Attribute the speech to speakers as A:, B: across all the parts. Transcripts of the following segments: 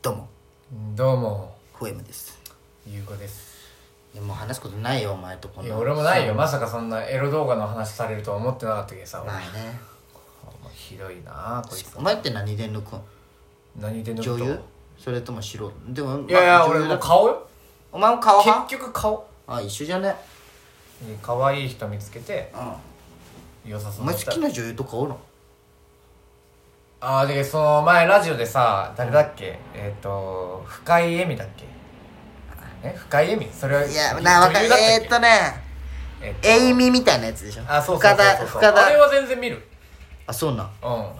A: どうも
B: どうも
A: フエムです
B: ゆうこです
A: いやもう話すことないよお前とこん
B: い
A: な
B: や俺もないよ
A: そう
B: まさかそんなエロ動画の話されるとは思ってなかったけどさ、
A: ないね
B: お前ひどいなあこいつ
A: お前って何で抜くん
B: 何で塗った
A: 女優それとも素人でも
B: いやいや
A: まあ
B: 俺
A: 女優
B: も
A: だ
B: う顔よ
A: お前も顔派
B: 結局顔
A: あ一緒じゃね
B: に可愛い人見つけて
A: うん
B: 良さ
A: お
B: そう
A: 前
B: な
A: 好きな女優とかおるの
B: ああでその前ラジオでさ誰だっけえっ、と深井恵美だっけえ深井恵美それはい
A: やなわか
B: 女優
A: る
B: だったっけ
A: えーっとね
B: えっと
A: エイミみたいなやつでしょ
B: あそうそう
A: 深
B: そうそう
A: 田深
B: あれ
A: 田
B: は全然見る
A: あそうなん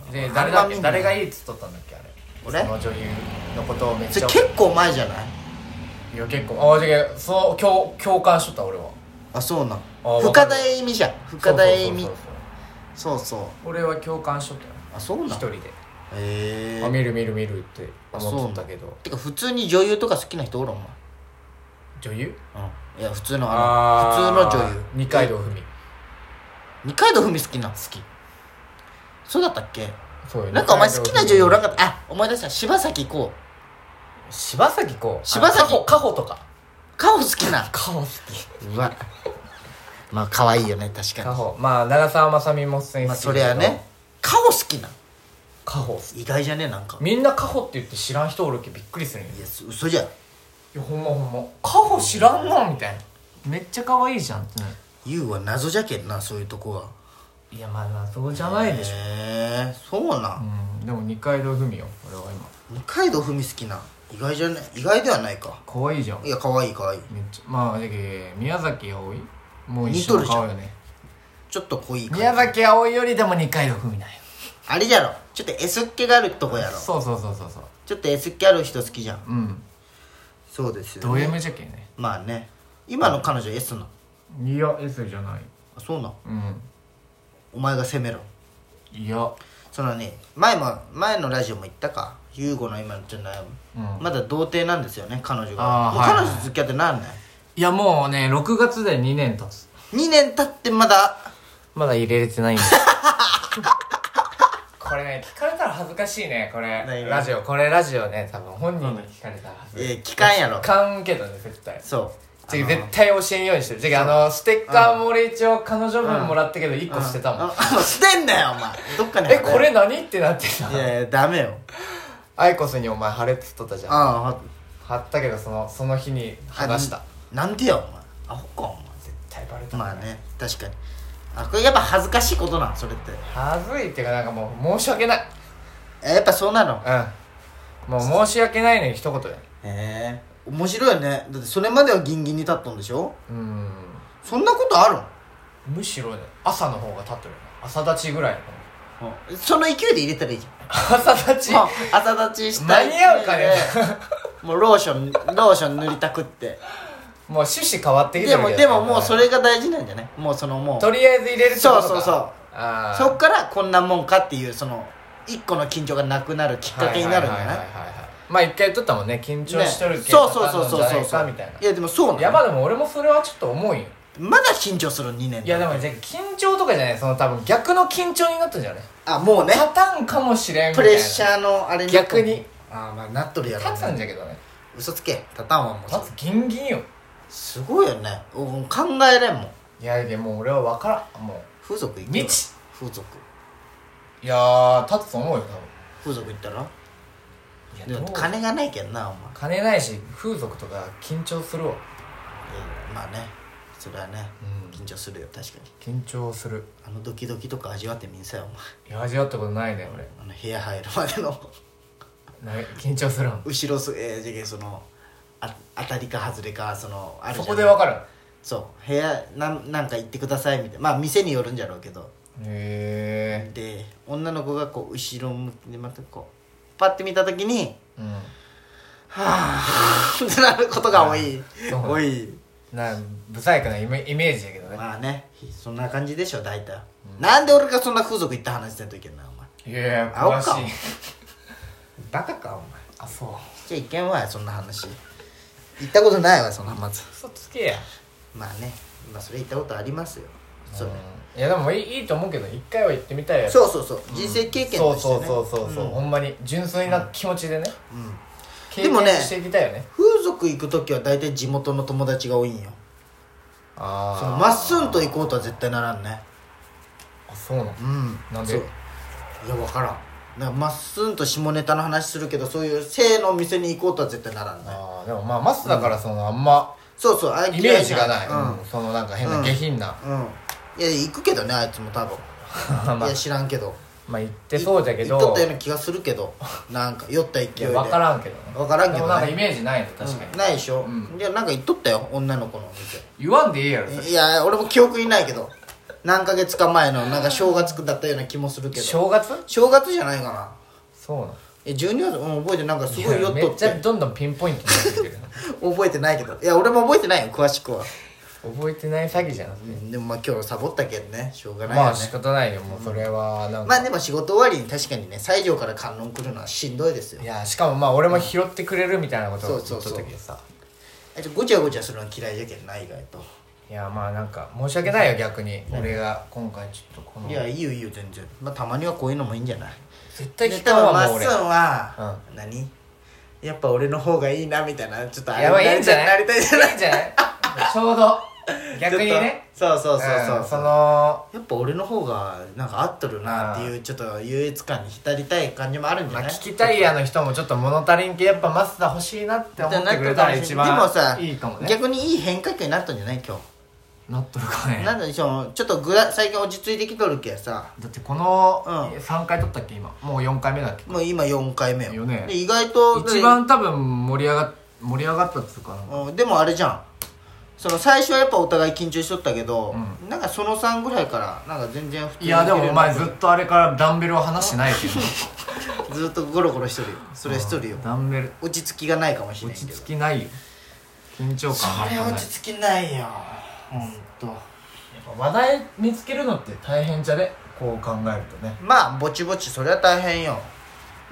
B: うんで
A: あ
B: 誰
A: んま
B: だっ
A: 見
B: け
A: ない
B: 誰がいいっつっとったんだっけあれ
A: 俺
B: その女優のことをめっ
A: そ
B: ち
A: れ
B: ゃ
A: 結構前じゃない
B: いや結構ああじゃあそう共共感しとった俺は
A: あそうなん
B: あわ
A: 深
B: かる
A: 田エイミじゃん深田エイミ
B: そうそうそう
A: そうそう
B: そう俺は共感しとったよ
A: あそう
B: 一
A: なん
B: 人で、
A: へ
B: あ
A: え
B: 見る見る見るって思っとったけど
A: てか普通に女優とか好きな人おるお前
B: 女優
A: うんいや普通のあの普通の女優
B: 二階堂ふみ好
A: 二階堂ふみ好きなん
B: き
A: そうだったっけ
B: そうよ
A: なんかお前
B: 二
A: 好
B: 階堂
A: き
B: ふみ
A: な女優おらんかったあ思い出した柴咲コ
B: 柴咲コウ
A: 柴咲
B: あカホカホとか
A: ウ顔好きな
B: カホ好き
A: うわ まあ可愛いよね確か
B: カ
A: に
B: ホまあ長澤まさみも出演
A: まあ
B: して
A: それはね顔好きな
B: カホ好き
A: 意外じゃねえなんか
B: みんなカホって言って知らん人おるけびっくりするんよ
A: いや嘘じゃん
B: いやほんまほんまカホ知らんのみたいなめっちゃ可愛いじゃんってなる
A: 優は謎じゃけんなそういうとこはい
B: やまあ謎じゃないでしょ、
A: へえそうなん
B: うんでも二階堂ふみよ俺は今
A: 二階堂ふみ好きな意外じゃね意外ではないか
B: 可愛いじゃん
A: いや可愛い可愛い
B: めっちゃまあだけど宮崎葵もう
A: 似
B: 一
A: と
B: 緒
A: る
B: の
A: じゃん
B: 顔よね
A: ちょっと濃い感じ
B: 宮崎葵よりでも二階堂ふみなんよ
A: あれじゃろちょっと S っ気があるとこやろ
B: そうそうそうそうそう
A: ちょっと S っ気ある人好きじゃん
B: うん
A: そうですよ
B: ド
A: ね
B: M じゃけんね
A: まあね今の彼女 S ない
B: や S じゃない
A: あそうなん
B: うん
A: お前が責めろ
B: いや
A: そのね前も前のラジオも言ったか優吾の今のちょっと悩む、
B: うん
A: まだ童貞なんですよね彼女が
B: あー
A: もう
B: はい
A: 彼女と付き合ってなんない、
B: いやもうね6月で2年経つ
A: 2年経ってまだ
B: まだ入れれてないんだ これね聞かれたら恥ずかしいねこれ
A: 何が
B: ラジオこれラジオね多分本人に聞かれたら恥ずかしい
A: えー、聞かんやろ
B: 聞かんけどね絶対
A: そう
B: じゃあ絶対教えんようにしてるじゃああのステッカーも俺一応彼女分もらったけど1個捨てたもん
A: ああ捨てんなよお前どっかに貼
B: えこれ何ってなって
A: い
B: た
A: やいやダメよ
B: アイコスにお前貼れっつっとったじゃん
A: あ
B: 貼ったけどそのその日に
A: あ
B: 剥がした
A: なんでやお前アホかお前
B: 絶対バレた
A: まあ
B: ね
A: ね確かにあこれやっぱ恥ずかしいことなんそれって
B: 恥ずいっていうかなんかもう申し訳ない
A: えやっぱそうなの
B: うんもう申し訳ないのに一言で
A: へえ面白いよねだってそれまではギンギンに立ったんでしょ
B: うん
A: そんなことある
B: むしろね朝の方が立ってるよね朝立ちぐらいの
A: のその勢いで入れたらいいじ
B: 朝立ち
A: ゃんもう朝立ちしたい
B: 間に合うかね
A: もうローションローション塗りたくって
B: もう趣旨変わってき
A: で
B: てるけ
A: も
B: どね
A: でももうそれが大事なんじゃないもうそのもう
B: とりあえず入れるってこと
A: そ
B: か
A: うそうそう
B: あー
A: そっからこんなもんかっていうその一個の緊張がなくなるきっかけになるんじゃない
B: は
A: い
B: はいはいはいはいまあ一回撮ったもんね緊張
A: ね
B: しとるけ
A: そ
B: ど、
A: うそうそうそうそう
B: み
A: そ
B: た
A: う
B: いない
A: やでもそう
B: い
A: な
B: や
A: の
B: まあでも俺もそれはちょっと重いよ
A: まだ緊張する2年
B: いやでもじゃあ緊張とかじゃないその多分逆の緊張になったんじゃない
A: あもうね
B: パターンかもしれんみ
A: プ
B: たいな
A: レッシャーのあれなった
B: 逆に
A: あーまあなっとるやろ
B: 立つんじゃけどね
A: 嘘つけ立たんわもう
B: 立つギンギンよ
A: すごいよねお考えれんもん
B: いやでも俺は分からんも
A: 風俗行
B: う
A: けよ
B: 未知
A: 風俗
B: いやー立つと思うよ多
A: 風俗行ったら
B: 分
A: でも
B: どう
A: 金がないけんなお前
B: 金ないし風俗とか緊張するわ
A: うんまあねそれはね
B: うん
A: 緊張するよ確かに
B: 緊張する
A: あのドキドキとか味わってみんさよお
B: いや味わったことないね俺
A: 前あの部屋入るまでの
B: ない緊張するもん
A: 後ろすえー、じゃけそのあ当たりか外れかそのあるじ
B: そ
A: ゃん
B: こで分かる
A: そう部屋なんなんか行ってくださいみたいなまあ店によるんじゃろうけど
B: へ
A: で女の子がこう後ろ向きでまたこうパッて見た時に
B: えうん
A: はぁってなることが多い
B: そう
A: 多い
B: な不細工なイメイメージだけどね
A: まあねそんな感じでしょ大体、なんで俺がそんな風俗行った話せんといけんなお前
B: いやいや
A: 青か
B: 詳しい
A: バカかお前
B: あそう
A: じゃあいけんわよそんな話行ったことないわそんなまず
B: 嘘つけや
A: まあねまあそれ行ったことありますよそうね
B: うんいやでもいいいいと思うけど一回は行ってみたいよ
A: そうそうそう人生経験
B: そ
A: と
B: う
A: して
B: そ
A: ね
B: うそうそうそう、
A: うん
B: ほんまに純粋な気持ちでね、
A: うん
B: 経
A: でもね
B: 験していきたいよね
A: 風俗行く時は大体地元の友達が多いんよ
B: あ
A: そ
B: あ
A: のまっすんと行こうとは絶対ならんね
B: あそうなの
A: うん
B: なんで
A: そういや分からんだからまっすんと下ネタの話するけどそういう性のお店に行こうとは絶対ならんね
B: あーでもまあマスだからそのあんま
A: そうそうあれ
B: イメージがない、
A: 嫌な
B: うんそのなんか変
A: う
B: なん下 品な、
A: うん、うん、いや行くけどねあいつも多分
B: まあ
A: いや知らんけど
B: まあ言ってそうじゃけ
A: 言っと
B: ど
A: ったような気がするけどなんか酔った勢い
B: い
A: で
B: や分からんけどね
A: わからんけどね
B: でもなんかイメージないの確かに、
A: うんないでしょ、
B: うん
A: いやなんか言っとったよ女の子のお店
B: 言わんでいいやろそれ
A: いや俺も記憶にないけど何ヶ月か前のなんか正月だったような気もするけど
B: 正月
A: 正月じゃないかな
B: そうなの
A: え12月、うん、覚えてなんかすごい酔っ
B: め
A: と
B: っ
A: っ
B: ちゃ
A: て
B: どんどんピンポイントになってくる
A: 覚えてないけどいや俺も覚えてないよ詳しくは、
B: 覚えてない詐欺じゃん
A: うんでもまあ今日サボったけんねしょうがない
B: ま
A: よ
B: あ仕
A: ね、
B: 方ないよもうそれはなん
A: ま
B: か、
A: あでも仕事終わりに確かにね西条から観音来るのはしんどいですよ
B: いやしかもまあ俺も拾ってくれるみたいなことを言っ
A: そ
B: と
A: う
B: っ
A: そうそう
B: たけどさ
A: あいつごちゃごちゃするの嫌いじゃけんな意外と
B: いやまあなんか申し訳ないよ逆に俺が今回ちょっとこの
A: いやいいよいいよ全然まあたまにはこういうのもいいんじゃない
B: 絶対聞
A: 多
B: かん
A: 分マ
B: わ
A: ッ
B: もう
A: ス
B: 俺
A: ンは、何やっぱ俺の方がいいなみたいなちょっとあれ
B: やばいいいんじゃない
A: なりたいじゃない
B: いいんじゃないちょうど逆にね
A: ちょっとそうそうそうそう、
B: んその
A: やっぱ俺の方がなんか合っとるなっていうちょっと優越感に浸りたい感じもあるんじ
B: ま
A: ゃ
B: あ
A: ない、
B: 聞きたいやの人もちょっと物足りんけやっぱマスター欲しいなって思ってくれたら一
A: でもさ
B: 番いいかもね
A: 逆にいい変化球になったんじゃない今
B: なっとるか
A: 日、
B: ね
A: なんだでしょうちょっとぐら最近落ち着いてきとるけさ
B: だってこの
A: う
B: 3回撮ったっけ今もう4回目だっけ
A: もう今4回目よ
B: よね
A: で意外と
B: 一番多分盛り上がっ盛り上がったっつうかな
A: うんでもあれじゃんその最初はやっぱお互い緊張しとったけど、なんかその3ぐらいからなんか全然普通
B: いやでもお前ず
A: ず
B: っとあれからダンベルを離してないけど
A: ずっとゴロゴロしとるよそれしとるよ
B: ダンベル
A: 落ち着きがないかもしれない
B: 落ち
A: けど
B: 着きないよ緊張感
A: それ
B: 半端ない
A: 落ち着きないよほんと
B: 話題見つけるのって大変じゃねこう考えるとね
A: まあぼちぼちそれは大変よ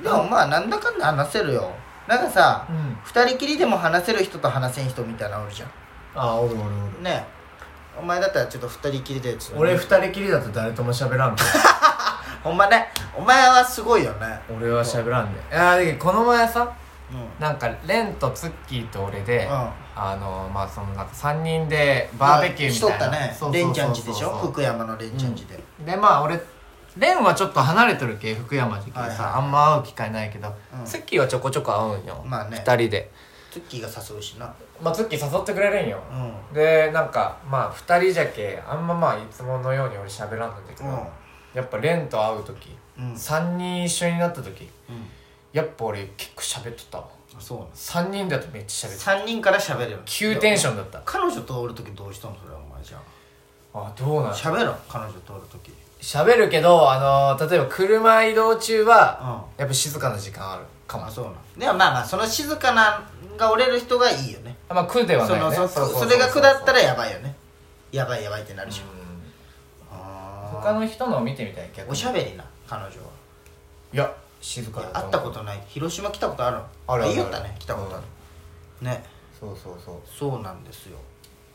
A: でもまあなんだかんだ話せるよなんかさ、
B: うん
A: 二人きりでも話せる人と話せん人みたいなのおるじゃ
B: ああおるおるおる
A: んねえお前だったらちょっと二人きりでちょっと
B: 俺二人きりだと誰とも喋らんから
A: ほんまねお前はすごいよね
B: 俺は喋らんで、ね、いやだけどこの前さ
A: うんうん
B: なんかレンとツッキーと俺で、
A: うん
B: あのまあそのなんか3人でバーベキューみた
A: しと
B: いな、そ
A: った
B: うそうそうそう
A: ねレンちゃんちでしょ福山のレンちゃんちで、
B: でまあ俺レンはちょっと離れとるけ福山時期さ、
A: はいはい
B: あんま会う機会ないけど、
A: うん
B: ツッキーはちょこちょこ会うんよ、
A: まあね
B: 2人で、
A: ツッキーが誘うしな
B: まあ、ツッキー誘ってくれるんよ
A: う、ん
B: でなんかまあ2人じゃけあんままあいつものように俺喋らんのだけど、
A: うん
B: やっぱレンと会う時、
A: うん
B: 3人一緒になった時
A: うん
B: やっぱ俺結構喋っとったわ
A: あそうなの
B: 3人だとめっちゃ喋ってた
A: 3人から喋るよ
B: 急テンションだった
A: 彼女とおる時どうしたのそれはお前じゃあ
B: あどうなん
A: 喋ろ彼女とおる時
B: 喋るけどあのー例えば車移動中は、
A: う
B: やっぱ静かな時間あるかも
A: あそうなのでもまあまあその静かなが折れる人がいいよね
B: あまあ苦では
A: そ
B: ない
A: の
B: よね
A: そう
B: ううう
A: それが下ったらやばいよねやばいやばいってなるでしょ、
B: うん
A: あ
B: 他の人のを見てみたい
A: ー
B: 逆に
A: おしゃべりな彼女はい
B: や静かだと
A: 会
B: 思う
A: ったことない広島来たことある
B: あるあるあ
A: 言
B: る
A: いよったね来たことある、ね
B: そうそうそう
A: そうなんですよ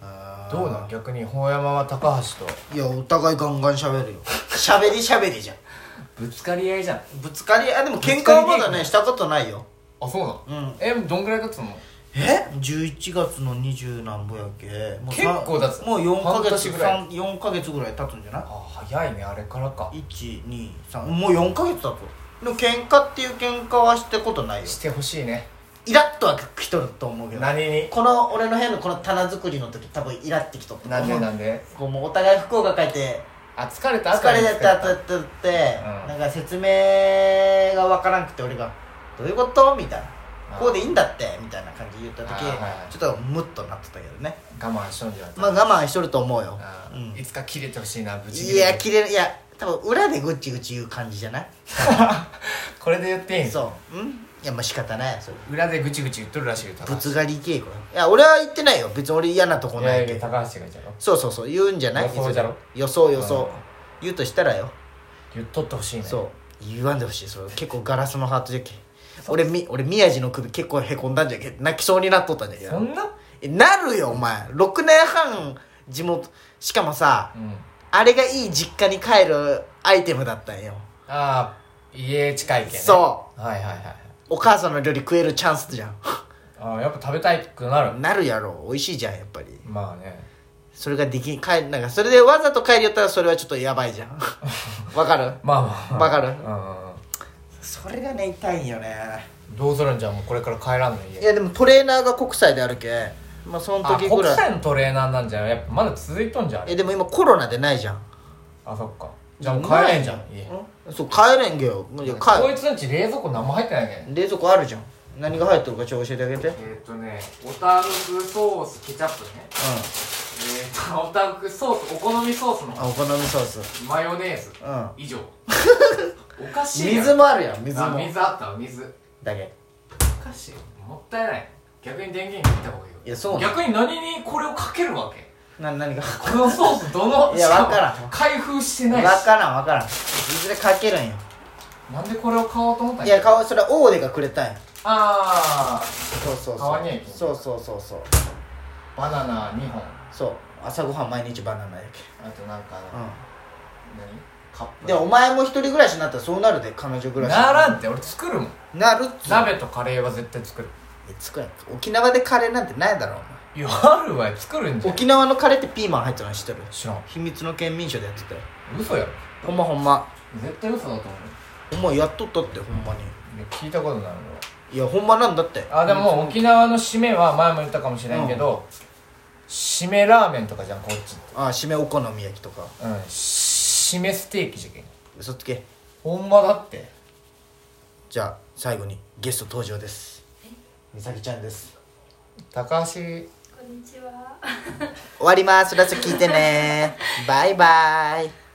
A: あー
B: どうなん逆に法山は高橋と
A: いやお互いガンガン喋るよ喋り喋りじゃん
B: ぶつかり合いじゃん
A: ぶつかりあでも喧嘩はまだ
B: ぶつかり稽
A: ね
B: 古
A: したことないよ
B: あそうな
A: う
B: の
A: ん
B: えどんぐらい経つの
A: え11月の二十何歩やけもうさ
B: 結構経つ
A: もう4ヶ
B: 半年
A: 月
B: ぐらい
A: 三四ヶ月ぐらい経つんじゃない
B: あ早いねあれからか
A: 123もう4ヶ月だとでも喧嘩っていう喧嘩はしたことないよ
B: してほしいね
A: イラッとはきとると思うけど
B: 何に
A: この俺の部屋のこの棚作りの時多分イラってきとった
B: なんで
A: もう
B: なんで
A: こうもうお互い福岡帰って
B: あ疲れた
A: 疲れた
B: た
A: とって言って、
B: うん
A: なんか説明がわからんくて俺が「どういうこと?」みたいな「
B: あー
A: こうでいいんだって」みたいな感じで言った時
B: あーはいはい
A: ちょっとムッとなってたけどね
B: 我慢しとんじゃな
A: まあ我慢しとると思うよ、う
B: い
A: ん
B: いつか切れてほしいなぶち切れ
A: いや切れるいや多分裏でぐっちぐち言う感じじゃない
B: これで言っていいん
A: そううんいやまあ仕方ないそれ
B: 裏でぐちぐち言っとるらしいよ高橋
A: ぶつがり稽古いや俺は言ってないよ別に俺嫌なとこ
B: い
A: な
B: や
A: い
B: い
A: け
B: や
A: ど
B: 高橋が言っちゃうの
A: そうそうそう言うんじゃない
B: 予想じゃろ
A: 予想予想
B: うん
A: 言うとしたらよ
B: 言っとってほしいね
A: そう言わんでほしいそれ結構ガラスのハートじゃけ俺み俺宮地の首結構へこんだんじゃけ泣きそうになっとったんじゃけ
B: そんな
A: えなるよお前6年半地元しかもさ、
B: うん
A: あれがいい実家に帰るアイテムだったんよ
B: ああ家近いけんね
A: そう
B: はいはいはい
A: お母さんの料理食えるチャンスじゃ
B: あーやっぱ食べたいくなる
A: ん なるやろ美味しいじゃんやっぱり
B: まあね
A: それができん帰なんかそれでわざと帰りよったらそれはちょっとやばいじゃん わかる
B: まあまあ
A: わかる
B: うんうんう
A: それがね痛いんよね
B: んどうするんじゃんもうこれから帰らんの
A: い
B: 家
A: やでもトレーナーが国際であるけまあその
B: あ
A: 時ぐ
B: 国
A: らい
B: 際のトレーナーなんじゃんやっぱまだ続いとんじゃんあれ
A: えでも今コロナでないじゃん
B: あそっかじゃあもう帰れんじゃん家
A: うんそう帰れんげよいや帰
B: こいつんち冷蔵庫何も入ってないね
A: 冷蔵庫あるじゃん何が入ってるかちょっと教えてあげてうん
B: えっとねオタフクソースケチャップねえっとオタフクソースお好みソース
A: あお好みソース
B: マヨネーズ
A: うん
B: 以上おかしいやん
A: 水もあるやん水
B: あ
A: も
B: 水あったわ水
A: だけ
B: おかしいもったいない逆に電源切った方がいいよ
A: いやそうなの
B: 逆に何にこれをかけるわけ
A: な何が
B: このソースどの
A: いや
B: しも
A: わからん
B: 開封してな
A: 分
B: いし
A: からん分からんいずれかけるんよ
B: なんでこれを買おうと思ったん
A: いや顔それはオーデがくれたんや
B: あ
A: そうそう
B: 買わにゃ
A: そ
B: いうけん
A: そうそうそうそう
B: ーバナナ2本
A: そう朝ごはん毎日バナナやけ
B: あとなんか、
A: んうん
B: 何カップ
A: でお前も一人暮らしになったらそうなるで彼女暮らし
B: ならんって俺作るもん
A: なるっつうの
B: 鍋とカレーは絶対作る
A: え作らん沖縄でカレーなんてないだろお
B: いやあるわよ作るん
A: 前
B: じゃん
A: 沖縄のカレーってピーマン入ってるの知ってる
B: 知らん
A: 秘密の県民賞でやってたよ
B: 嘘やろ
A: ほんまほんま
B: 絶対嘘だと思う
A: お前やっとったってほんまに
B: いや聞いたことない俺はい
A: やほんまなんだって
B: あでももう沖縄の締めは前も言ったかもしれんけど、締めラーメンとかじゃんこっちって
A: あ締めお好み焼きとか
B: うん締めステーキじゃけん
A: 嘘つけ
B: ほんまだって
A: じゃあ最後にゲスト登場です美咲ちゃんです
B: 高橋
C: こんにちは。
A: 終わりますラスト聞いてねバイバイ